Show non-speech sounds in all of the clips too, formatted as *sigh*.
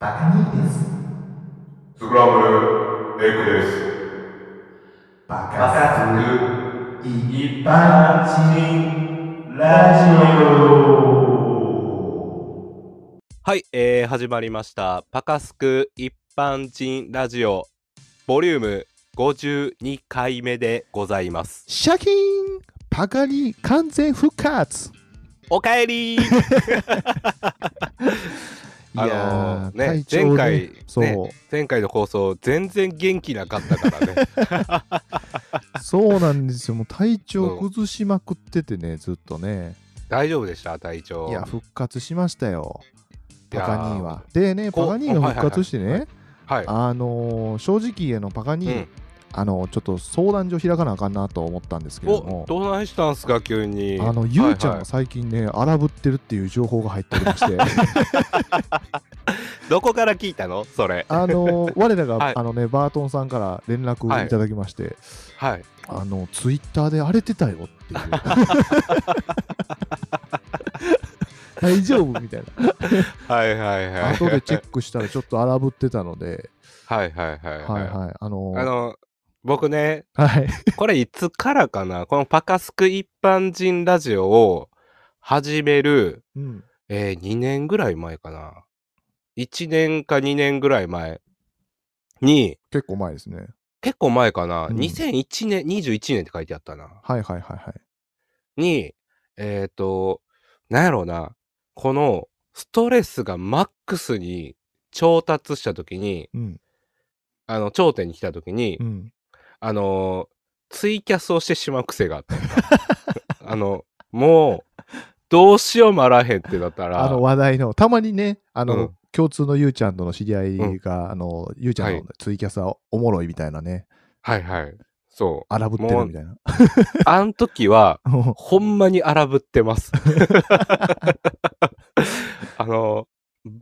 バカ兄です。スクランブルエッグです。ババカカズ一般人ラジオはい、えー始まりました。パカスク一般人ラジオ、ボリューム52回目でございます。シャキーンパカに完全復活おかえ *laughs* りいあのーやー、ね体調前回そう、ね前回の放送、全然元気なかったから *laughs* ね。そうなんですよ。もう体調崩しまくっててね、ずっとね。大丈夫でした体調。いや、復活しましたよ。いパやーカニーは。でね、こパカニーが復活してはいはいね、はい。あのー正直、あのパカニうー、ん、あのちょっと相談所開かなあかんなと思ったんですけれどおも、どうなんしたんすか急に。あのゆうちゃんはいはが最近ね、荒ぶってるっていう情報が入っており *laughs* まして、いどこから聞いたのそれ。あのー我らが、はいあのね、バートンさんから連絡いただきまして、はい。あのツイッターで荒れてたよっていう大丈夫みたいはいはいは。ない後でチェックしたらちょっと荒ぶってたのではいはいはいははいい。はいあのーあの、僕ね、はいこれいつからかなこのパカスク一般人ラジオを始める、うんえー2年ぐらい前かな。1年か2年ぐらい前に、結構前ですね結構前かな、うん2001年、21年って書いてあったな。はいはいはいはいに、えっ、と、なんやろうな、このストレスがマックスに調達した時に、うんあの、頂点に来た時に、うんあのーツイキャスをしてしまう癖があった *laughs* んだあの、もう、どうしようもあらへんってなったら、あの話題のたまにねあの、うん共通のゆうちゃんとの知り合いが、あのゆうちゃはんのいツイキャスはおもろいみたいなねはいはい。そ荒ぶってるみたいなう。あん時は、 *laughs* はほんまに荒ぶって *laughs* ます。あのー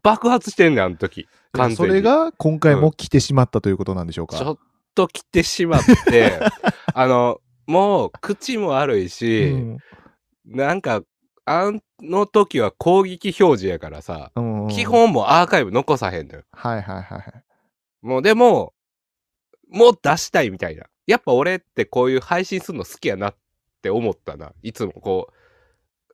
爆発してんねん、あの時。い完全に。それが今回も来てしまったということなんでしょうか、ちょっと来てしまって、 *laughs* あの、もう、口も悪いし、うんなんか、あの時は攻撃表示やからさ、うんうん基本もうアーカイブ残さへんのよ。はいはいはいはいもうでも、もう出したいみたいな。やっぱ俺ってこういう配信するの好きやなって思ったな。いつもこう、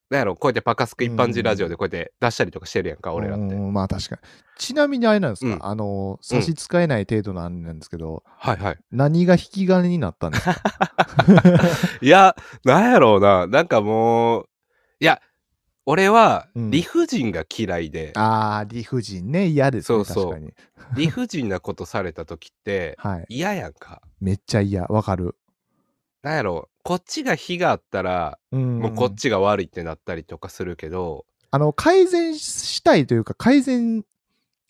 なんやろ、こうやってパカスク一般人ラジオでこうやって出したりとかしてるやんか、俺らって。うんまあ確かに。ちなみにあれなんですか、うんあの、差し支えない程度のあれなんですけど、はいはい。何が引き金になったんです *laughs* かいや、なんやろうな。なんかもう、いや、俺はうん理不尽が嫌いで、ああ、理不尽ね、嫌ですそね、うそう確かに。理不尽なことされた時っては *laughs* い。嫌やんか。めっちゃ嫌、わかる。なんやろう、こっちが非があったら、うんもうこっちが悪いってなったりとかするけど、あの、改善したいというか、改善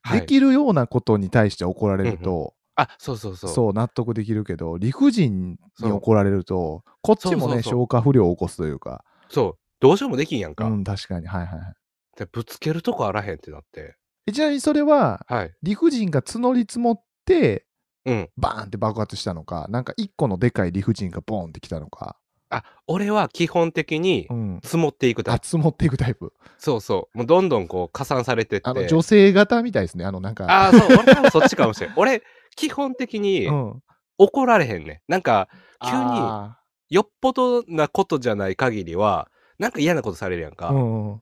はいできるようなことに対して怒られると、あ、そうそうそう。そう、納得できるけど、理不尽に怒られると、こっちもねそうそうそう消化不良を起こすというか、そう。どうしようもできんやんうか。ん、確かに、はいはいはいでぶつけるとこあらへんってなって。え。ちなみにそれは、はい。理不尽が募り積もって、うん。バーンって爆発したのか、なんか一個のでかい理不尽がボーンってきたのか、あ、俺は基本的にうん、積もっていくタイプ。集まっていくタイプ。そうそう。もうどんどんこう加算されてって。あの女性型みたいですね、あのなんか。あーそう。俺多分そっちかもしれん。俺、基本的にうん、怒られへんね。なんか、急にあよっぽどなことじゃない限りは、なんか嫌なことされるやんか。ーうんうん、い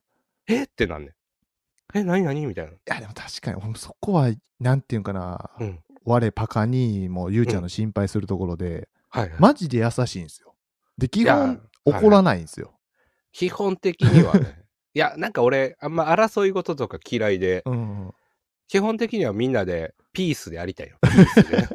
えってなんねん。え、何何みたいな。やでも確かに俺もそこはなんていうんかな、うん。我パカにもゆうちゃんの心配するところで、はいはい。マジで優しいんですよで基い本や怒らないんですよ、基本的にはね。いや、なんか俺、あんま争い事とか嫌いで、うんうん基本的にはみんなでピースでありたいよ。ピースで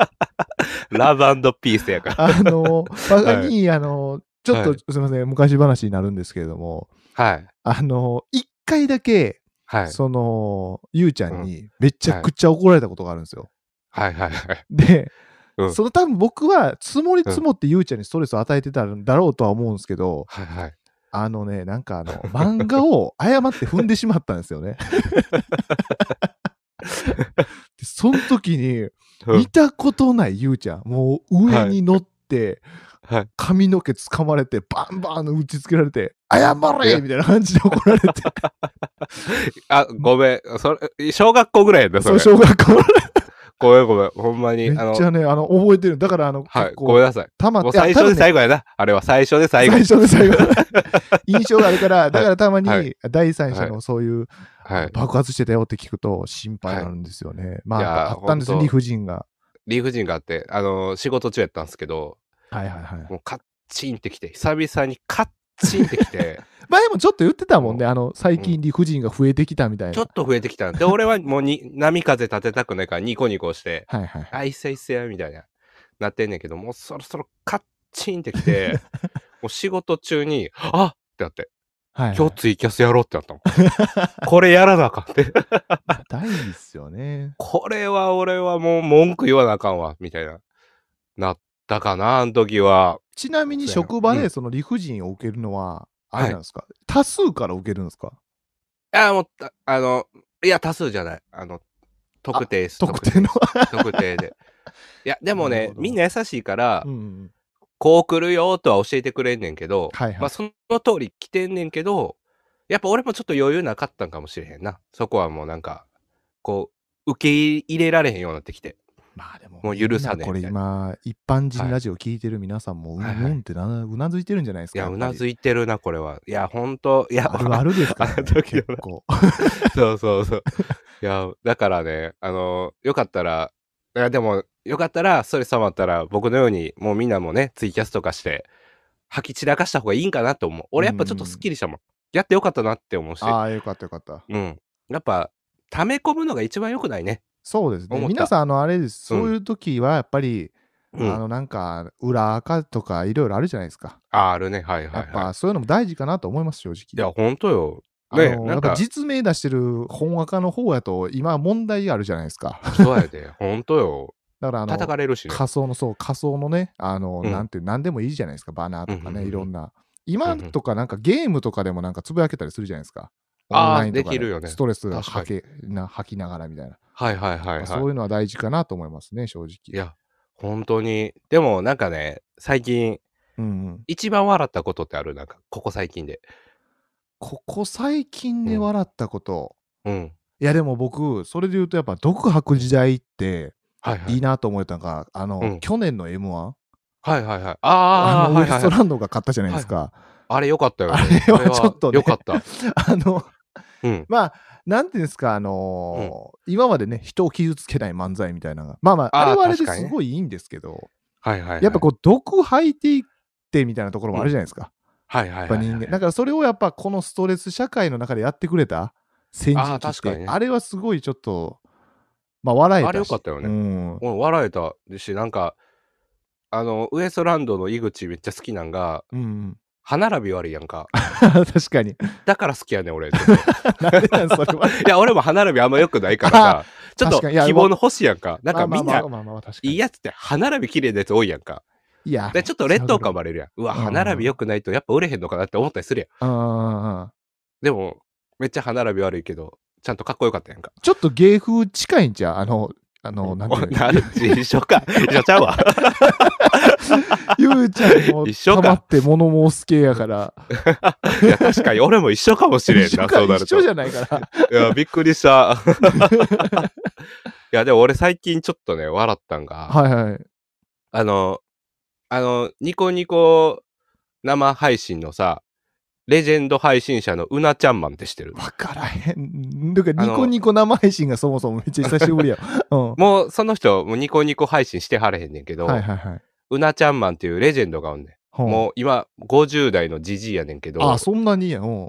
*laughs* ラブピースやから。あ *laughs* のパカに、あのちょっと、はいすいません昔話になるんですけれどもはい。あの一回だけ、はい。そのゆうちゃんにめちゃくちゃ怒られたことがあるんですよ、はいはいはい。で、うんその多分僕は積もり積もってゆうちゃんにストレスを与えてたんだろうとは思うんですけど、はいはい。あのね、なん *laughs* かあの、漫画を誤って踏んでしまったんですよね。でその時に、うん見たことないゆうちゃん、もう上に乗って、はい髪の毛掴まれて、バンバン打ちつけられて、謝れみたいな感じで怒られて、あ、ごめん。それ、小学校ぐらいやった、そそれの。小学校ごめん、ごめん。ほんまに。めあっの、ちゃね、あの、覚えてる。だから、あの、はい結。ごめん構、なさい。たまもう最初で最後やな。あれは最初で最後最。初で最 *laughs* 後。印象があるから、だからたまには第三者のそういうはい。爆発してたよって聞くと心配になるんですよね。まいあ、やあったんですよ、ほん理と不尽が。理不尽があって、あの仕事中やったんですけど、はいはいはい。もうカッチンってきて、久々にカッチンって *laughs* きて、前もちょっと言ってたもんね、あの、最近理不尽が増えてきたみたいちょなっ。と増えてきたんで、俺はもうに波風立てたくないからニコニコして、はいはい。あ、いっせいっせや、みたいな、なってんねんけど、もうそろそろカッチンってきて、 *laughs* もう仕事中に、あっってなって、はいはい今日ツイキャスやろうってなった *laughs* もん。これやらなあかんって。大事ですよね。これは俺はもう文句言わなあかんわ、みたいな、なったかな、あの時は。ちなみにそうやな職場うでんその理不尽を受けるのは、あれなんですか、多数から受けるんですかあもうた、あの、いや、多数じゃない。あの、特定です。特定の。特定で。いや、でもなるねほ、どみんな優しいから、うんうんこう来るよとは教えてくれんねんけど、はいはいまあ、その通り来てんねんけど、やっぱ俺もちょっと余裕なかったんかもしれへんな。そこはもうなんか、こう、受け入れられへんようになってきて。まあでも、もう許さねえみんなこれみたい今、一般人ラジオ聞いてる皆さんも、うはいんうんってなうなずいてるんじゃないですいか。や、うなずいいてるな、これは。いや、ほんと、いや、あるあるですかあら、のね、時の結構。 *laughs* そうそうそう。いや、だからね、あの、よかったら、いや、でも、よかったら、それ様まったら、僕のように、もうみんなもね、ツイキャスとかして、吐き散らかした方がいいんかなと思う。俺やっぱちょっとスッキリしたもん。やってよかったなって思うし。ああ、よかったよかった。うん。やっぱ、溜め込むのが一番良くないね。そうですね思。った皆さん、あの、あれです。うんそういう時は、やっぱり、うんあの、なんか、裏垢とか、いろいろあるじゃないですか。ああるね。はいはやい、っはぱ、そういうのも大事かなと思います、正直。い。いや、ほんとよ。あねのなやっんかぱ、実名出してる本垢の方やと、今、問題あるじゃないですか。そうや *laughs* で。ほんとよ。だから、あの、叩かれるしね。仮想の、そう、仮想のね、あの、うんなんて、なんでもいいじゃないですか、バナーとかうんうんうね、んうんいろんな。今とか、なんかゲームとかでもなんかつぶやけたりするじゃないですか。あーオンラインとかできるよねストレスが確か吐にけな吐きながらみたいな、はいはいはい、はまあい。そういうのは大事かなと思いますね、正直。いや、本当に。でも、なんかね、最近、うんうん、一番笑ったことってあるなんか、ここ最近で。ここ最近で笑ったこと、うん。いやでも僕それで言うとやっぱ独白時代ってはいはいいい。なと思えたのが、あの、うん去年の m 1はいはいはい。あああ、のウはエいはいストはい。ランドが買ったじゃないですか、あれよかったよね。あれはこちょっとねよかった。 *laughs* あのうん。まあなんていうんですかあのー今までね人を傷つけない漫才みたいなのがまあまああーあれはあれで確かにすねごいいいんですけど、はいはいはい。やっぱこう毒吐いていってみたいなところもあるじゃないですか、はいはいやはっぱい。人間だからそれをやっぱこのストレス社会の中でやってくれた先人あーって確かにねあれはすごいちょっとまあ笑えたしあれ良かったよねうんもう笑えたし、なんか、あの、ウエストランドの井口めっちゃ好きなんが、うんうん、 *laughs* 歯並び悪いやんか。確かに。だから好きやねん、俺。ちょっといなんでなんそれは。や、俺も歯並びあんま良くないからさ、ちょっと確かにいや希望の星やんか。 *laughs* なんかまみんあまあなまあまあまあ確かにいいやつって歯並び綺麗なやつ多いやんか。いやで、ちょっと劣等感もあれるやん。うわ、うん歯並び良くないとやっぱ売れへんのかなって思ったりするやん。うんうんうんうんでも、めっちゃ歯並び悪いけど、ちゃんとかっこよかったやんか。ちょっと芸風近いんじゃうあの、あの、なんていうのなる一緒 *laughs* か。一緒ちゃうわ。ゆうちゃんも一緒たかまって物申す系やから。いや、確かに俺も一緒かもしれんな、一緒そかうなる一と。緒いじゃな *laughs* いから。や、びっくりした。 *laughs* いや、でも俺最近ちょっとね、笑ったんが、はいはい。あの、あの、ニコニコ生配信のさ、レジェンド配信者のうなちゃんマンって知ってるわからへん。だからニコニコ生配信がそもそもめっちゃ久し *laughs* ぶりや。うん。はもうその人、もうニコニコ配信してはれへんねんけいど、はいはうなちゃんマンっていうレジェンドがおんねい。ん。ももう今、50代のじじいやねんけうど、ん。あ、そんなにや。うん。も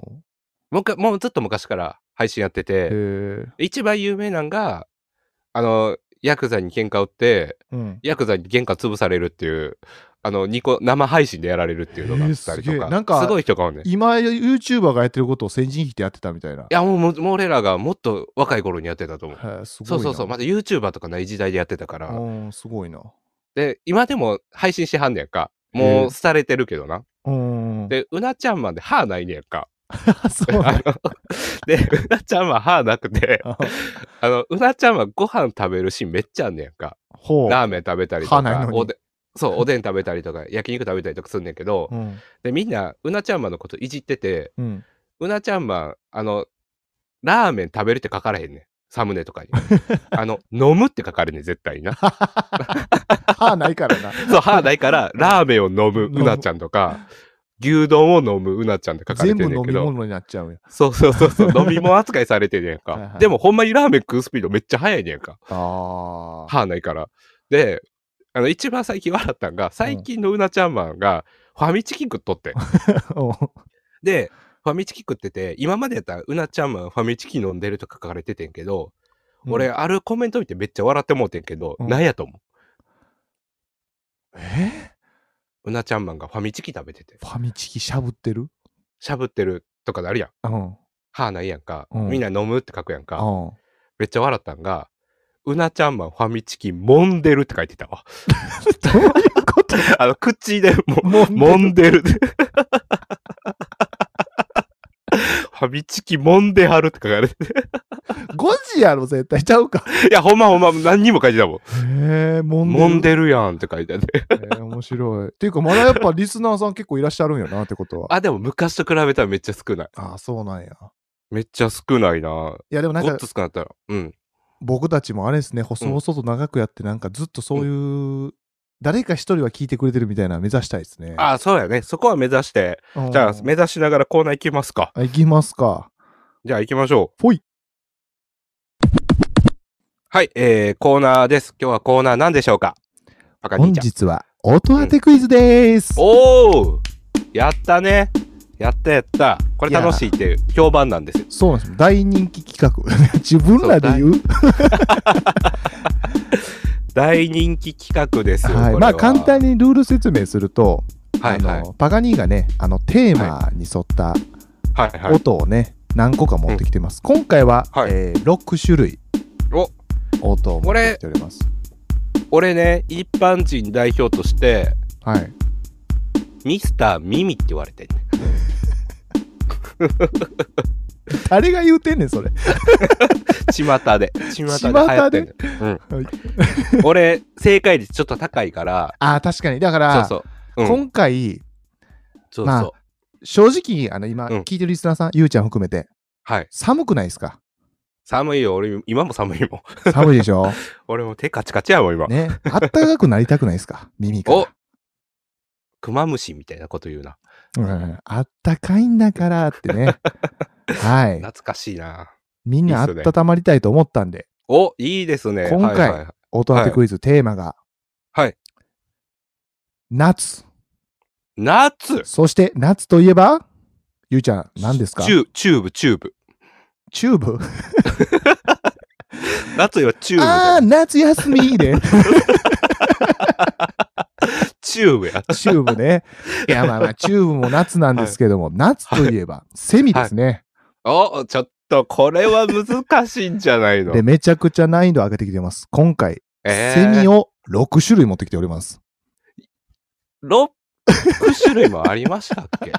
うかもうずっと昔から配信やってて、へえ。一番有名なんが、あの、ヤクザに喧嘩売って、うん。ヤクザに喧嘩潰されるっていう、あの、ニコ、生配信でやられるっていうのがあったりへとえすげか、えなんかすごい人がおんねん。い今、YouTuber がやってることを先人引いてやってたみたいな。や、もうもう、もう俺らがもっと若い頃にやってたと思う。へえすごいそな。うそうそう、まだ YouTuber とかない時代でやってたから、うん、すごいな。で、今でも配信してはんねやんか。へもえう、廃れてるけどな。うん。で、うなちゃんまんで歯ないねやんか。 *laughs* そうあなんので、うなちゃんまん歯なくて、だ。あの、うなちゃんはご飯食べるシーンめっちゃあんねやんか。ほう。ラーメン食べたりと歯ないかの、におでそう、おでん食べたりとか、焼肉食べたりとかすんねんけど、うん。で、みんな、うなちゃんまんのこといじってて、うん。うなちゃんまん、あの、ラーメン食べるって書かれへんねん。サムネとかに。あの、飲むって書かれんねん、絶対 *laughs* にな。歯ないから *laughs* な。そう、歯ないから、ラーメンを飲むうなちゃんとか、牛丼を飲むうなちゃんって書かれ全て部んね飲んけみど、物になっちゃうんや。そうそうそうそう、飲み物扱いされてんねんはいはか。いでも、ほんまにラーメン食うスピードめっちゃ速いねんか。ああ。歯ないから。で、あの、一番最近笑ったんが、最近のうなちゃんマンが、ファミチキ食っとってん。で、ファミチキ食ってて、今までやったら、うなちゃんマンファミチキ飲んでるとか書かれててんけど、うん *laughs* 俺、。あるコメント見てめっちゃ笑ってもうてんけど、うんなんやと思えううなちゃんマンがファミチキ食べてて、ファミチキしゃぶってるしゃぶってるとかなるやん。うん。歯ないやんか、うんみんな飲むって書くやんか、うん。めっちゃ笑ったんが、うなちゃんマンファミチキもんでるって書いてたわ。 *laughs* どういうこと *laughs* あの、口でももうもんでる。ファミチキもんではるって書かれて。 5時やろ、絶対ちゃうか。いや、ほんまほんま、何にも書いてたもへえ、もん。んでる。もんでるやんって書いてあって。へえ面白い。っていうか、まだやっぱリスナーさん結構いらっしゃるんやなってことは。あ、でも昔と比べたらめっちゃ少ない。ああ、そうなんや。めっちゃ少ないな。もいや、でもなんっかと、少なかったら。うん。僕たちもあれですね、細々と長くやって、なんかずっとそういう、誰か一人は聞いてくれてるみたいなの目指したいですね。あ、そうやね。そこは目指して。うん、じゃあ、目指しながらコーナー行きますか。あ、行きますか。じゃあ行きましょう。ほい。はい、えー、コーナーです。今日はコーナー何でしょうか赤本兄ちゃん。日は、音当てクイズでーす。おーやったねやったやった。これ楽しいって評判なんですよ。そうなんですよ。大人気企画。 *laughs* 自分らで言う。大人気企画ですよ。はい。これまあ、簡単にルール説明すると、はいはいあのパガニーがね、あのテーマに沿ったはいはい。音をね、何個か持ってきてます。今回は、はいえー6種類お音を持ってきております。俺ね、一般人代表として、はい。ミスターミミって言われてんね。誰が言うてんねん、それ。巷で。巷で流行ってんね。はい俺、正解率ちょっと高いから、ああ、確かに。だから、そうそう。うん、今回、そうそう、まあ正直、あの、今、うん聞いてるリスナーさん、ゆうちゃん含めて、はい。寒くないですか寒いよ。俺、今も寒いもん。 *laughs* 寒いでしょ俺も手カチカチやもん、今。ね。あったかくなりたくないですか耳から。おクマムシみたいなこと言うな。うん、あったかいんだからってね。 *laughs* はい。懐かしいな。みんな温まりたいと思ったんで、お、いいですね。今回はいはいはい音当てクイズ、テーマが、はい。夏。夏そして、夏といえば、ゆうちゃん、何ですかチュチューブ、チューブ。チューブ夏はチューブあだあー、よ。夏休みで、チューブや。チューブ *laughs* ね。いや、まあまあ、チューブも夏なんですけども、夏といえば、セミですね、お、ちょっと、これは難しいんじゃないので、。めちゃくちゃ難易度上げてきてます。今回、えーセミを6種類持ってきております。 6種類もありましたっけ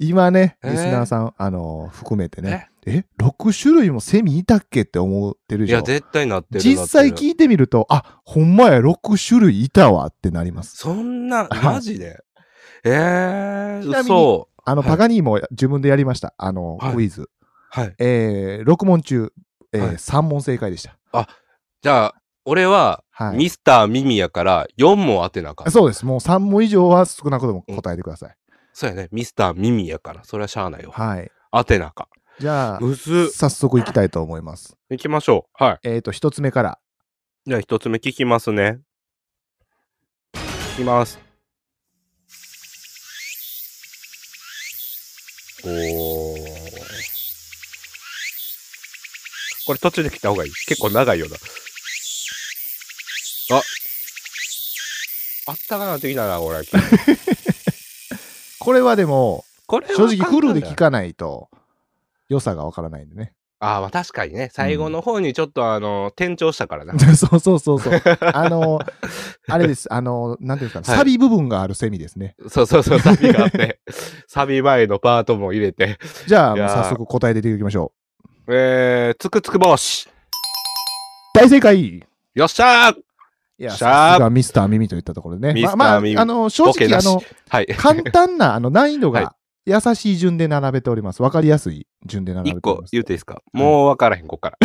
今ね、えーリスナーさん、あのー含めてね、え、6種類もセミいたっけって思ってるいでしょや、絶対なってる。実際なってる聞いてみると、あ、ほんまや、6種類いたわってなります。そんな、はいマジで。えー、ちなみに嘘。あの、はいパガニーも自分でやりました。あの、はいクイズ。はい。えー、6問中、えーはい3問正解でした。じゃあ、俺は、はい。ミスターミミやから4問当てなあかった。そうです。もう3問以上は少なくとも答えてください。そうやね。ミスターミミやから。それはしゃあないよ。はい。当てなあかじゃあん。、むず。早速いきたいと思います。行きましょう。はい。えっ、ー、と、1つ目から。じゃあ一つ目聞きますね。聞きます。おー。これ途中で切った方がいい。結構長いよな。あ。あったかなってきたな、これ。これはでも、これは正直フル簡単でだ聞よ。かないと、良さがわからないんでね。ああ、まあ確かにね。最後の方にちょっとあの、転調した *laughs* からな。そうそうそうそう。あの、あれです。あの、なんていうんですかね、はいサビ部分があるセミですね。そうそうそう、サビがあって。サビ前のパートも入れて。じゃあ、いやー早速答え出ていきましょう。えー、つくつく帽子。大正解よっしゃーいや、シャープさすがミスターミミと言ったところでね。ミスターまあ、まミミあ、あの、正ボケ直、なあしの、はい。簡単な、あの、難易度はいが優しい順で並べております。わかりやすい順で並べ一 *laughs* ており個ます。言うていいですか、もう分からへん、こっか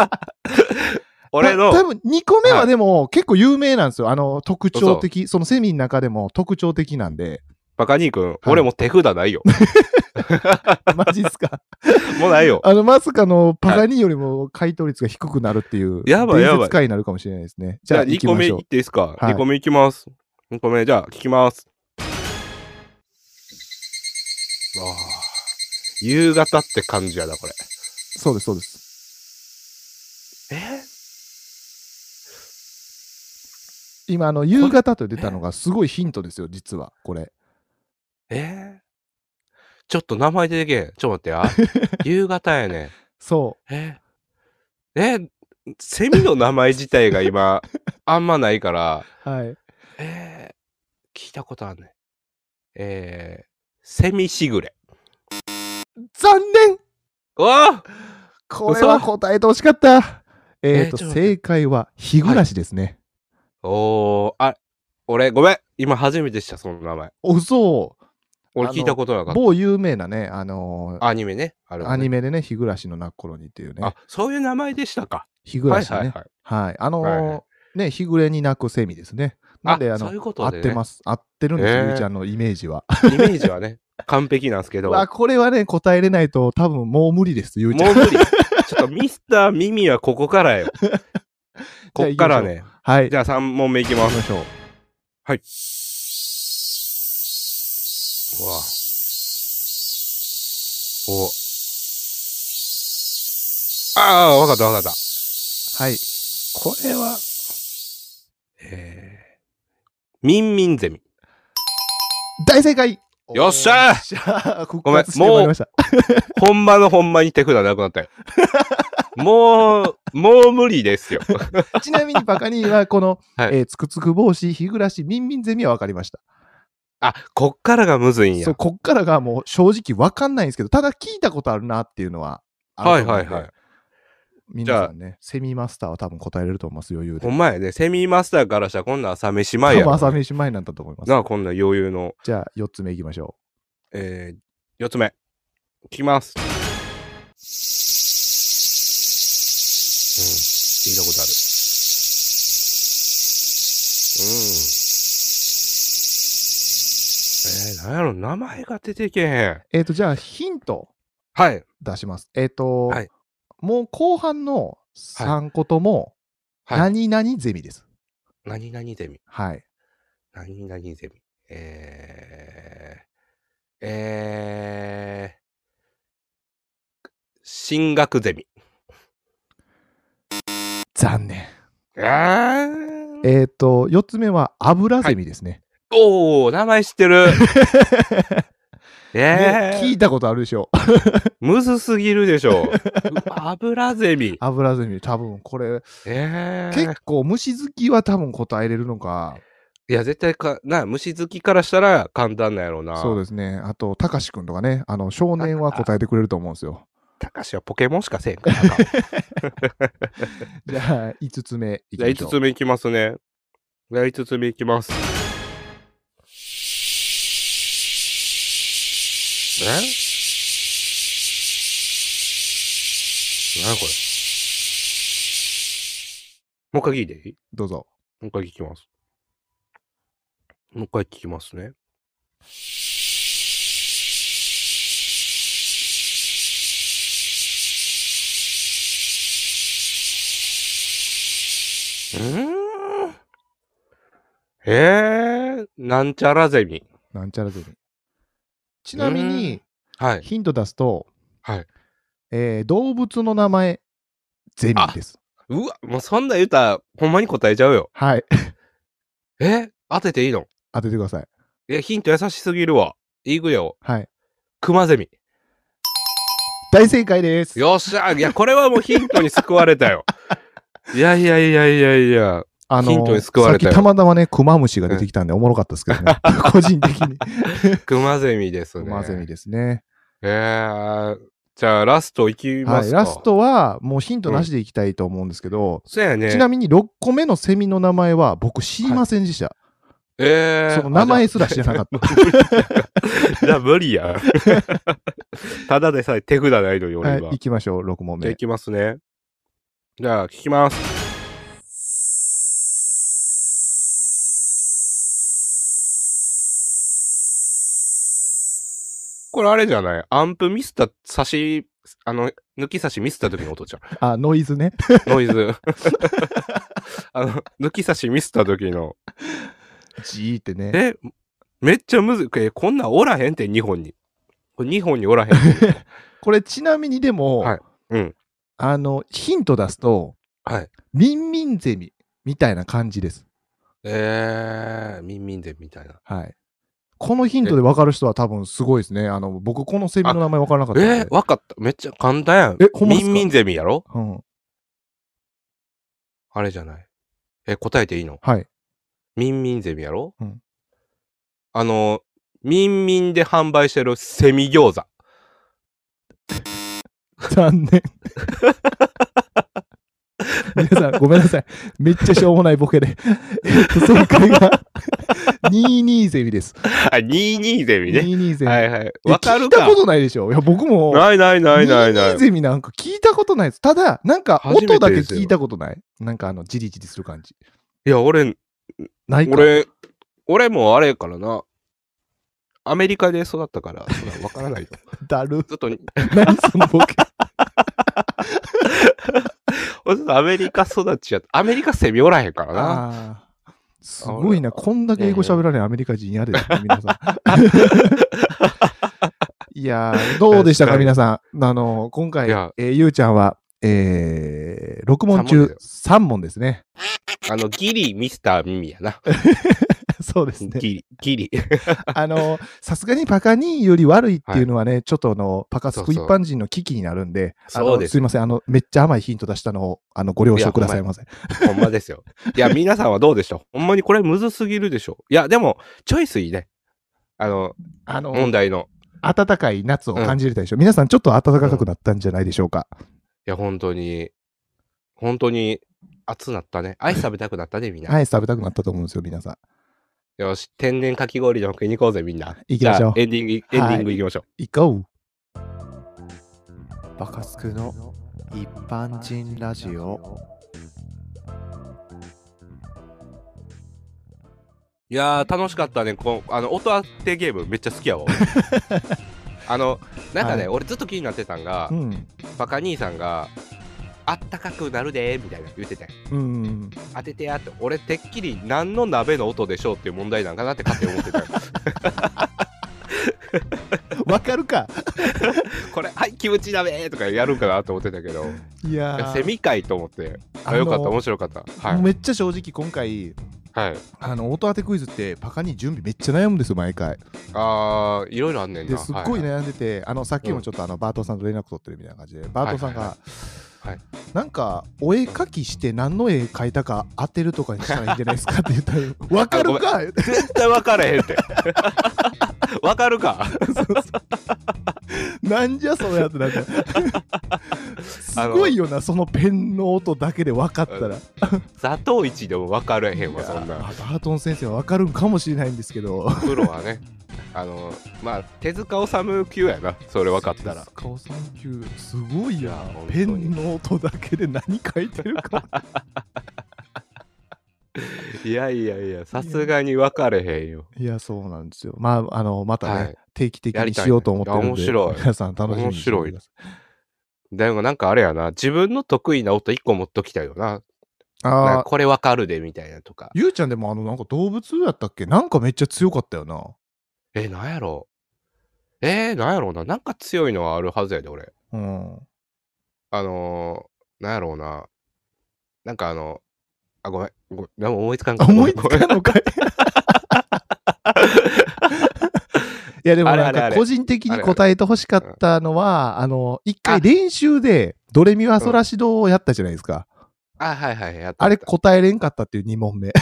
ら。 *laughs* 俺のた多、分2個目ははいでも結構有名なんですよ。あの、特徴的、そのセミの中でも特徴的なんで。 *laughs* バカ兄くん、俺もう手札 *laughs* ないよ。マジっすかもうないよ。あの、まさかのパガニーよりも回答率が低くなるっていう、やばいやばい伝説回になるかもしれないですね。じじゃゃああ、 2行き個ま目しいょっう。ていいですか、はい二 ?2 個目いきます。2個目、じゃあ聞きます。わあ夕方って感じやな、これ。そうです、そうです。え今、あの、夕方と出たのがすごいヒントですよ、実は、これ。えちょっと名前出てけん。ちょっと待 *laughs* ってや。夕方やねん。そええセミの名前自体が *laughs* 今、あんまないから、う。はい。えー、聞いたことあるね。えー、セミしぐれ。残念うわあこれは答えてほしかった。えっ、えーと、ちょっと待って正解は、日暮らしですね。おー、あ、俺、ごめん。今初めてした、その名前。お嘘俺あの聞いたことなかった。某有名なね、あのーアニメね。あれはねアニメでね、日暮らしの泣く頃にっていうねあ、、そういう名前でしたか。日暮はらいしね。ははいいはい。あのーはいはね、日暮れに泣くセミですね。なんで、あの、そういうこ合とっで、ね、てます。合ってるんですえよ、ーゆうちゃんのイメージは。イメージはね、完璧なんです *laughs* けど。まあ、もこれはね、答えれないと、多分もう無理です、ゆうう無ちゃん。理。ちょっとミスターミミはここから *laughs* よ。こっからね。はい。じゃあ3問目いきま行きす。ましょう。うわお。ああ、わかったわかった。はい。これは、えー、ミンミンゼミ。大正解よっしゃーーごごめんしてまいりました。ほんまのほんまに手札なくな *laughs* ったよ。もう、もう無理ですよ。 *laughs* ちなみにバカニーはこの、はいえーつくつく帽子、日暮らし、ミンミンゼミは分かりました。あ、こっからがむずいんやそう、。こっからがもう正直分かんないんですけど、ただ聞いたことあるなっていうのはあると思うはんで。いはいはい皆さんね、セミマスターは多分答えれると思います、余裕で。ほんまやね。セミマスターからしたらこんな *laughs* 朝飯前多や分ろ。朝飯前なんだと思います。なあ、こんな余裕の。じゃあ、4つ目いきましょえー、4つ目。いきます。うん、聞いたことある。うん。えー、なんやろ、名前が出てけへん。う。えっ、と、じゃあ、ヒントはい。出します。えっ、と、はいもう後半の3個とも、はい何々ゼミです。何々ゼミ。はい。何々ゼミ。えー、えー、進学ゼミ。残念。えー、えっ、と、4つ目は、油ゼミですね。おお名前知って *laughs* る。えねえ聞いたことあるでしょ。むずすぎるでしょ。うわ *laughs* 油ゼミ。油ゼミ、多分これ、ええ結構虫好きは多分答えれるのか、いや、絶対か、な、虫好きからしたら簡単なんやろうな。そうですね。あと、たかしくんとかね、あの、少年は答えてくれると思うんですよ。たかしはポケモンしかせえんから *laughs* な。じじゃあ、5つ目いきゃあ、ましょ5つう。目いきますね。じゃあ、5つ目いきます。えなにこれ。もう一回聞いていいどうぞ。もう一回聞きます。もう一回聞きますね。うーん。えー、なんちゃらゼミ。なんちゃらゼミ。ちなみに、はい。ヒント出すと、はい。えー動物の名前、ゼミです。うわ、もうそんなん言うたら、ほんまに答えちゃうよ。はい。 *laughs* え当てていいの当ててください。いや、ヒント優しすぎるわ。いくよ。はい。クマゼミ。大正解です。よっしゃいや、これはもうヒントに救われ *laughs* たよ。いやいやいやいやいや。あのヒントに救われたさよっきたまたまね、クマムシが出てきたんで、おもろかったですけ *laughs* どね。個人的に。クマゼミですね。クマゼミですね。えー、じゃあ、ラストいきまはい、すか。ラス。トはもうヒントなしでいきたいと思うんですけど、そうやね。ちなみに6個目のセミの名前は僕知りませんでした。えー、。その名前すら知らなかったじゃあ、無理 *laughs* や。 *laughs* ただでさえ手札ないのに、は俺 *laughs* い、は。行きましょう、6問じゃあ、目い。きますね。じゃあ、聞きます。これあれじゃないアンプミスった、差し、あの、抜き差しミスった時の音じゃん。あ、ノイ *laughs* ズね。ノイズ。あの、抜き差しミスった時の。ジーってね。え、めっちゃむずい。え、こんなんおらへんって、日本に。これ日本におらへんって。これちなみにでも、はいうんあの、ヒント出すと、はい。ミンミンゼミみたいな感じです。えー、ミンミンでみたいな。はい。このヒントで分かる人は多分すごいですね。あの、僕このセミの名前分からなかったんで。えー、わかった。めっちゃ簡単やん。えほんまっすミかンミンゼミやろうん。あれじゃない。え、答えていいのはい。ミンミンゼミやろうんあの、ミンミンで販売してるセミ餃子。残 *laughs* 念。皆さん、ごめんなさい。めっちゃしょうもないボケで。えっと、正解が、22ゼミです。あ、22ゼミね。 22ゼミ。はいはい。えわかる聞いかた。ことないでしょ。いや、僕も。ないないないないなミいニ。ゼミなんか聞いたことないです。ただ、なんか初めて音だけですよ聞いたことない。なんかあの、じりじりする感じ。いや、俺、ないか。俺、俺もあれやからな。アメリカで育ったから、そらわからないよ。 *laughs* だる。ずっと、ず何そのボケ。っとアメリカ育ちやった。アメリカセミおらへんからな。あーすごいな。こんだけ英語喋られないアメリカ人やで、皆 *laughs* さん。いやー、どうでしたか、皆さん。あの、今回いや、えーゆうちゃんは、えー、6問三問だ中よ3問ですね。 *laughs* あの、ギリ、ミスター・ミミやな。そうですね。ギリ、ギリ。あの、さすがにパカニーより悪いっていうのはね、ちょっとあの、パカスそクう一そう般人の危機になるんで、あのそうですすいません、あの、めっちゃ甘いヒント出したのを、あの、ご了承くださいま *laughs* せ。ほんまですよ。いや、皆さんはどうでしょうほんまにこれむずすぎるでしょいや、でも、チョイスいいね。あの、あの、問題の。暖かい夏を感じれたでしょ。皆さん、ちょっと暖かくなったんじゃないでしょうか。いや、本当に、本当に、熱なったね。アイス食べたくなったね、みんな。アイス食べたくなったと思うんですよ、皆さん。よし、天然かき氷でも食いに行こうぜ、みんな。行きましょうじゃあエンディング、エンディング行きましょう。行こう。バカスクの一般人ラジオいやー楽しかったねこうあの音当てゲームめっちゃ好きやわ *laughs* 俺あのなんかね、はい俺ずっと気になってたんが、うん。バカ兄さんが「あったかくなるで」みたいな言っててうん。当ててやって俺てっきり何の鍋の音でしょうっていう問題なんかなって勝手に思ってたよわかるか。 *laughs* これ「はいキムチ鍋」とかやるんかなと思ってたけ *laughs* どいいややーセミかいと思ってああのよかった面白かったはい、めっちゃ正直、今回、はい、あの、音当てクイズって、パカニー準備めっちゃ悩むんですよ、毎回。あーいろいろあんねんでなすっごいは悩んでて、あのさっきもちょっとあのバートさんと連絡取ってるみたいな感じでバートさんが、はいはいはいなんかお絵描きして何の絵描いたか当てるとかにしたらいいんじゃないですかって言った *laughs* ら「わかるか!」い絶対分かれへんって *laughs* 分かるかなんじゃそれやっ *laughs* てなってすごいよなそのペンの音だけで分かったら砂糖一でも分かれへんわそんいなやバートン先生は分かるんかもしれないんですけどプロはねあのまあ手塚治虫級やなそれ分かったら顔さん級すごいいやや本当ペにンの音だけで何描いてる *laughs* かいやいやいやさすがに分かれへんよいやそうなんですよまああのまたね、はい定期的やにりたいしようと思ってるんいで、や面白い *laughs* 皆さん楽しみにしておいてくださ。でもなんかあれやな自分の得意な音一個持っときたいよないなんあかあ、これ分かるでみたいなとかゆうちゃんでもあのなんか動物やったっけなんかめっちゃ強かったよな。えなんやろえー、なんやろうななんか強いのはあるはずやで俺うん。あのー、なんやろうななんかあのあごめんごめん何も思いつかんかった思いつかんのかいいやでもあなれあんれあかれ個人的に答えてほしかったのは、あの、一回あ練習でドレミファソラシドをやったじゃないですか。あ、はいはい、やった。あれやった答えれんかったっていう2問目。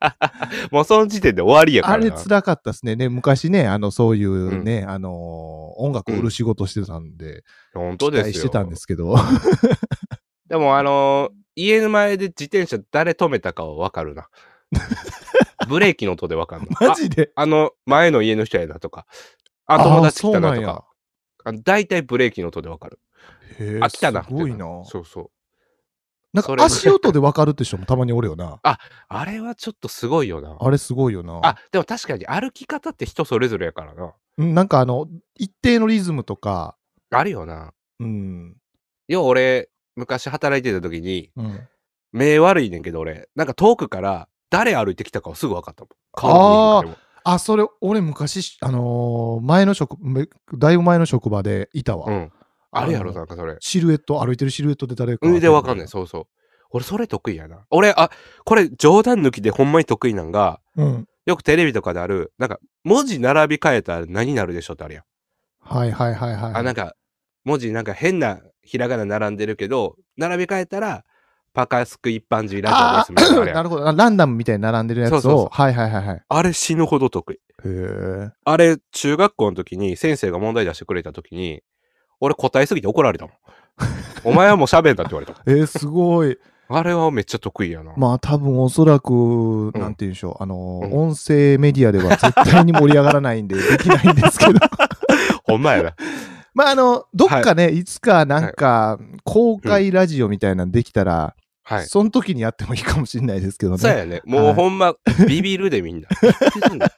*laughs* もうその時点で終わりやかあらな。れ辛かったですね。ね、昔ね、あの、そういうね、あのー音楽を売る仕事してたんで、本期当です待よ。してたんですけど、でもあのー家の前で自転車誰止めたかはわかる *laughs* な。ブレーキの音でわかるな。 *laughs* マジで。ああの、前の家の人やなとか、あ、友達来たなとか、あの大体ブレーキの音でわかる。そうなんや。へえあ、来たなってすごいな。そうそう。なんそかれ足音でわかるって人もたまにおるよな。あれはちょっとすごいよな。あれすごいよな。あ、でも確かに歩き方って人それぞれやからな。うんなんかあの、一定のリズムとか、あるよな。うん。要は俺、昔働いてた時に、うん、目悪いねんけど俺、なんか遠くから誰歩いてきたかはすぐ分かったもん。顔の見え方でもあ、それ、俺昔し、あのー前の職、めだいぶ前の職場でいたわ。うん。あるやろ、のなんかそれ。シルエット、歩いてるシルエットで誰か。うんでわかんない、。そうそう。俺、それ得意やな。俺、あ、これ冗談抜きでほんまに得意なんが、うん。よくテレビとかである、なんか、文字並び替えたら何になるでしょってあるやん。はいはいはいはい。あ、なんか、か、文字なんか変なひらがな並んでるけど、並び替えたら、パカスク一般人ラジオですみたいなのあるや。なんるほど。あランダムみたいに並んでるやつを。そうそうそうはいはいはいはい。へあれ死ぬほど得意。え。あれ、中学校の時に先生が問題出してくれた時に、俺答えすぎて怒られたもん。お前はもう喋んだって言われたえー、すごい。 *laughs* もん。あれはめっちゃ得意やな。まあ多分おそらく、んなんて言うんでしょう。あのー、うん音声メディアでは絶対に盛り上がらないんで、できないんですけど。ほんまやな。まああの、どっかね、い、つかなんか、公開ラジオみたいなのできたら、はい。その時にやってもいいかもしれないですけどね。そうやね。もはういほんま、ビビるでみんな。 *laughs* びっくりすんだ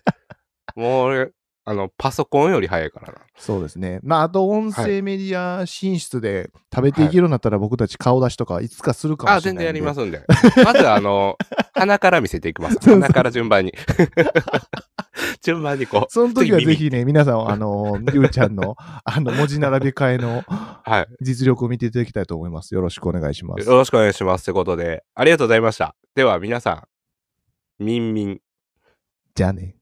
もう俺、あの、パソコンより早いからな。そうですね。まあ、あと音声メディア進出で食べていけるようになったら僕たち顔出しとかいつかするかもあ、しれ全ないんで。然やりますんで。まずあ *laughs* の、鼻から見せていきます。そうそう鼻から順番に。 *laughs* 順番にこう。その時はぜ次ひね、皆さん、あの、りゅうちゃんの、あの、文字並び替えのはい。実力を見ていただきたいと思います。よろしくお願いしまよす。ろしくお願いします。ということで、ありがとうございました。では皆さん、みんみん。じゃあね。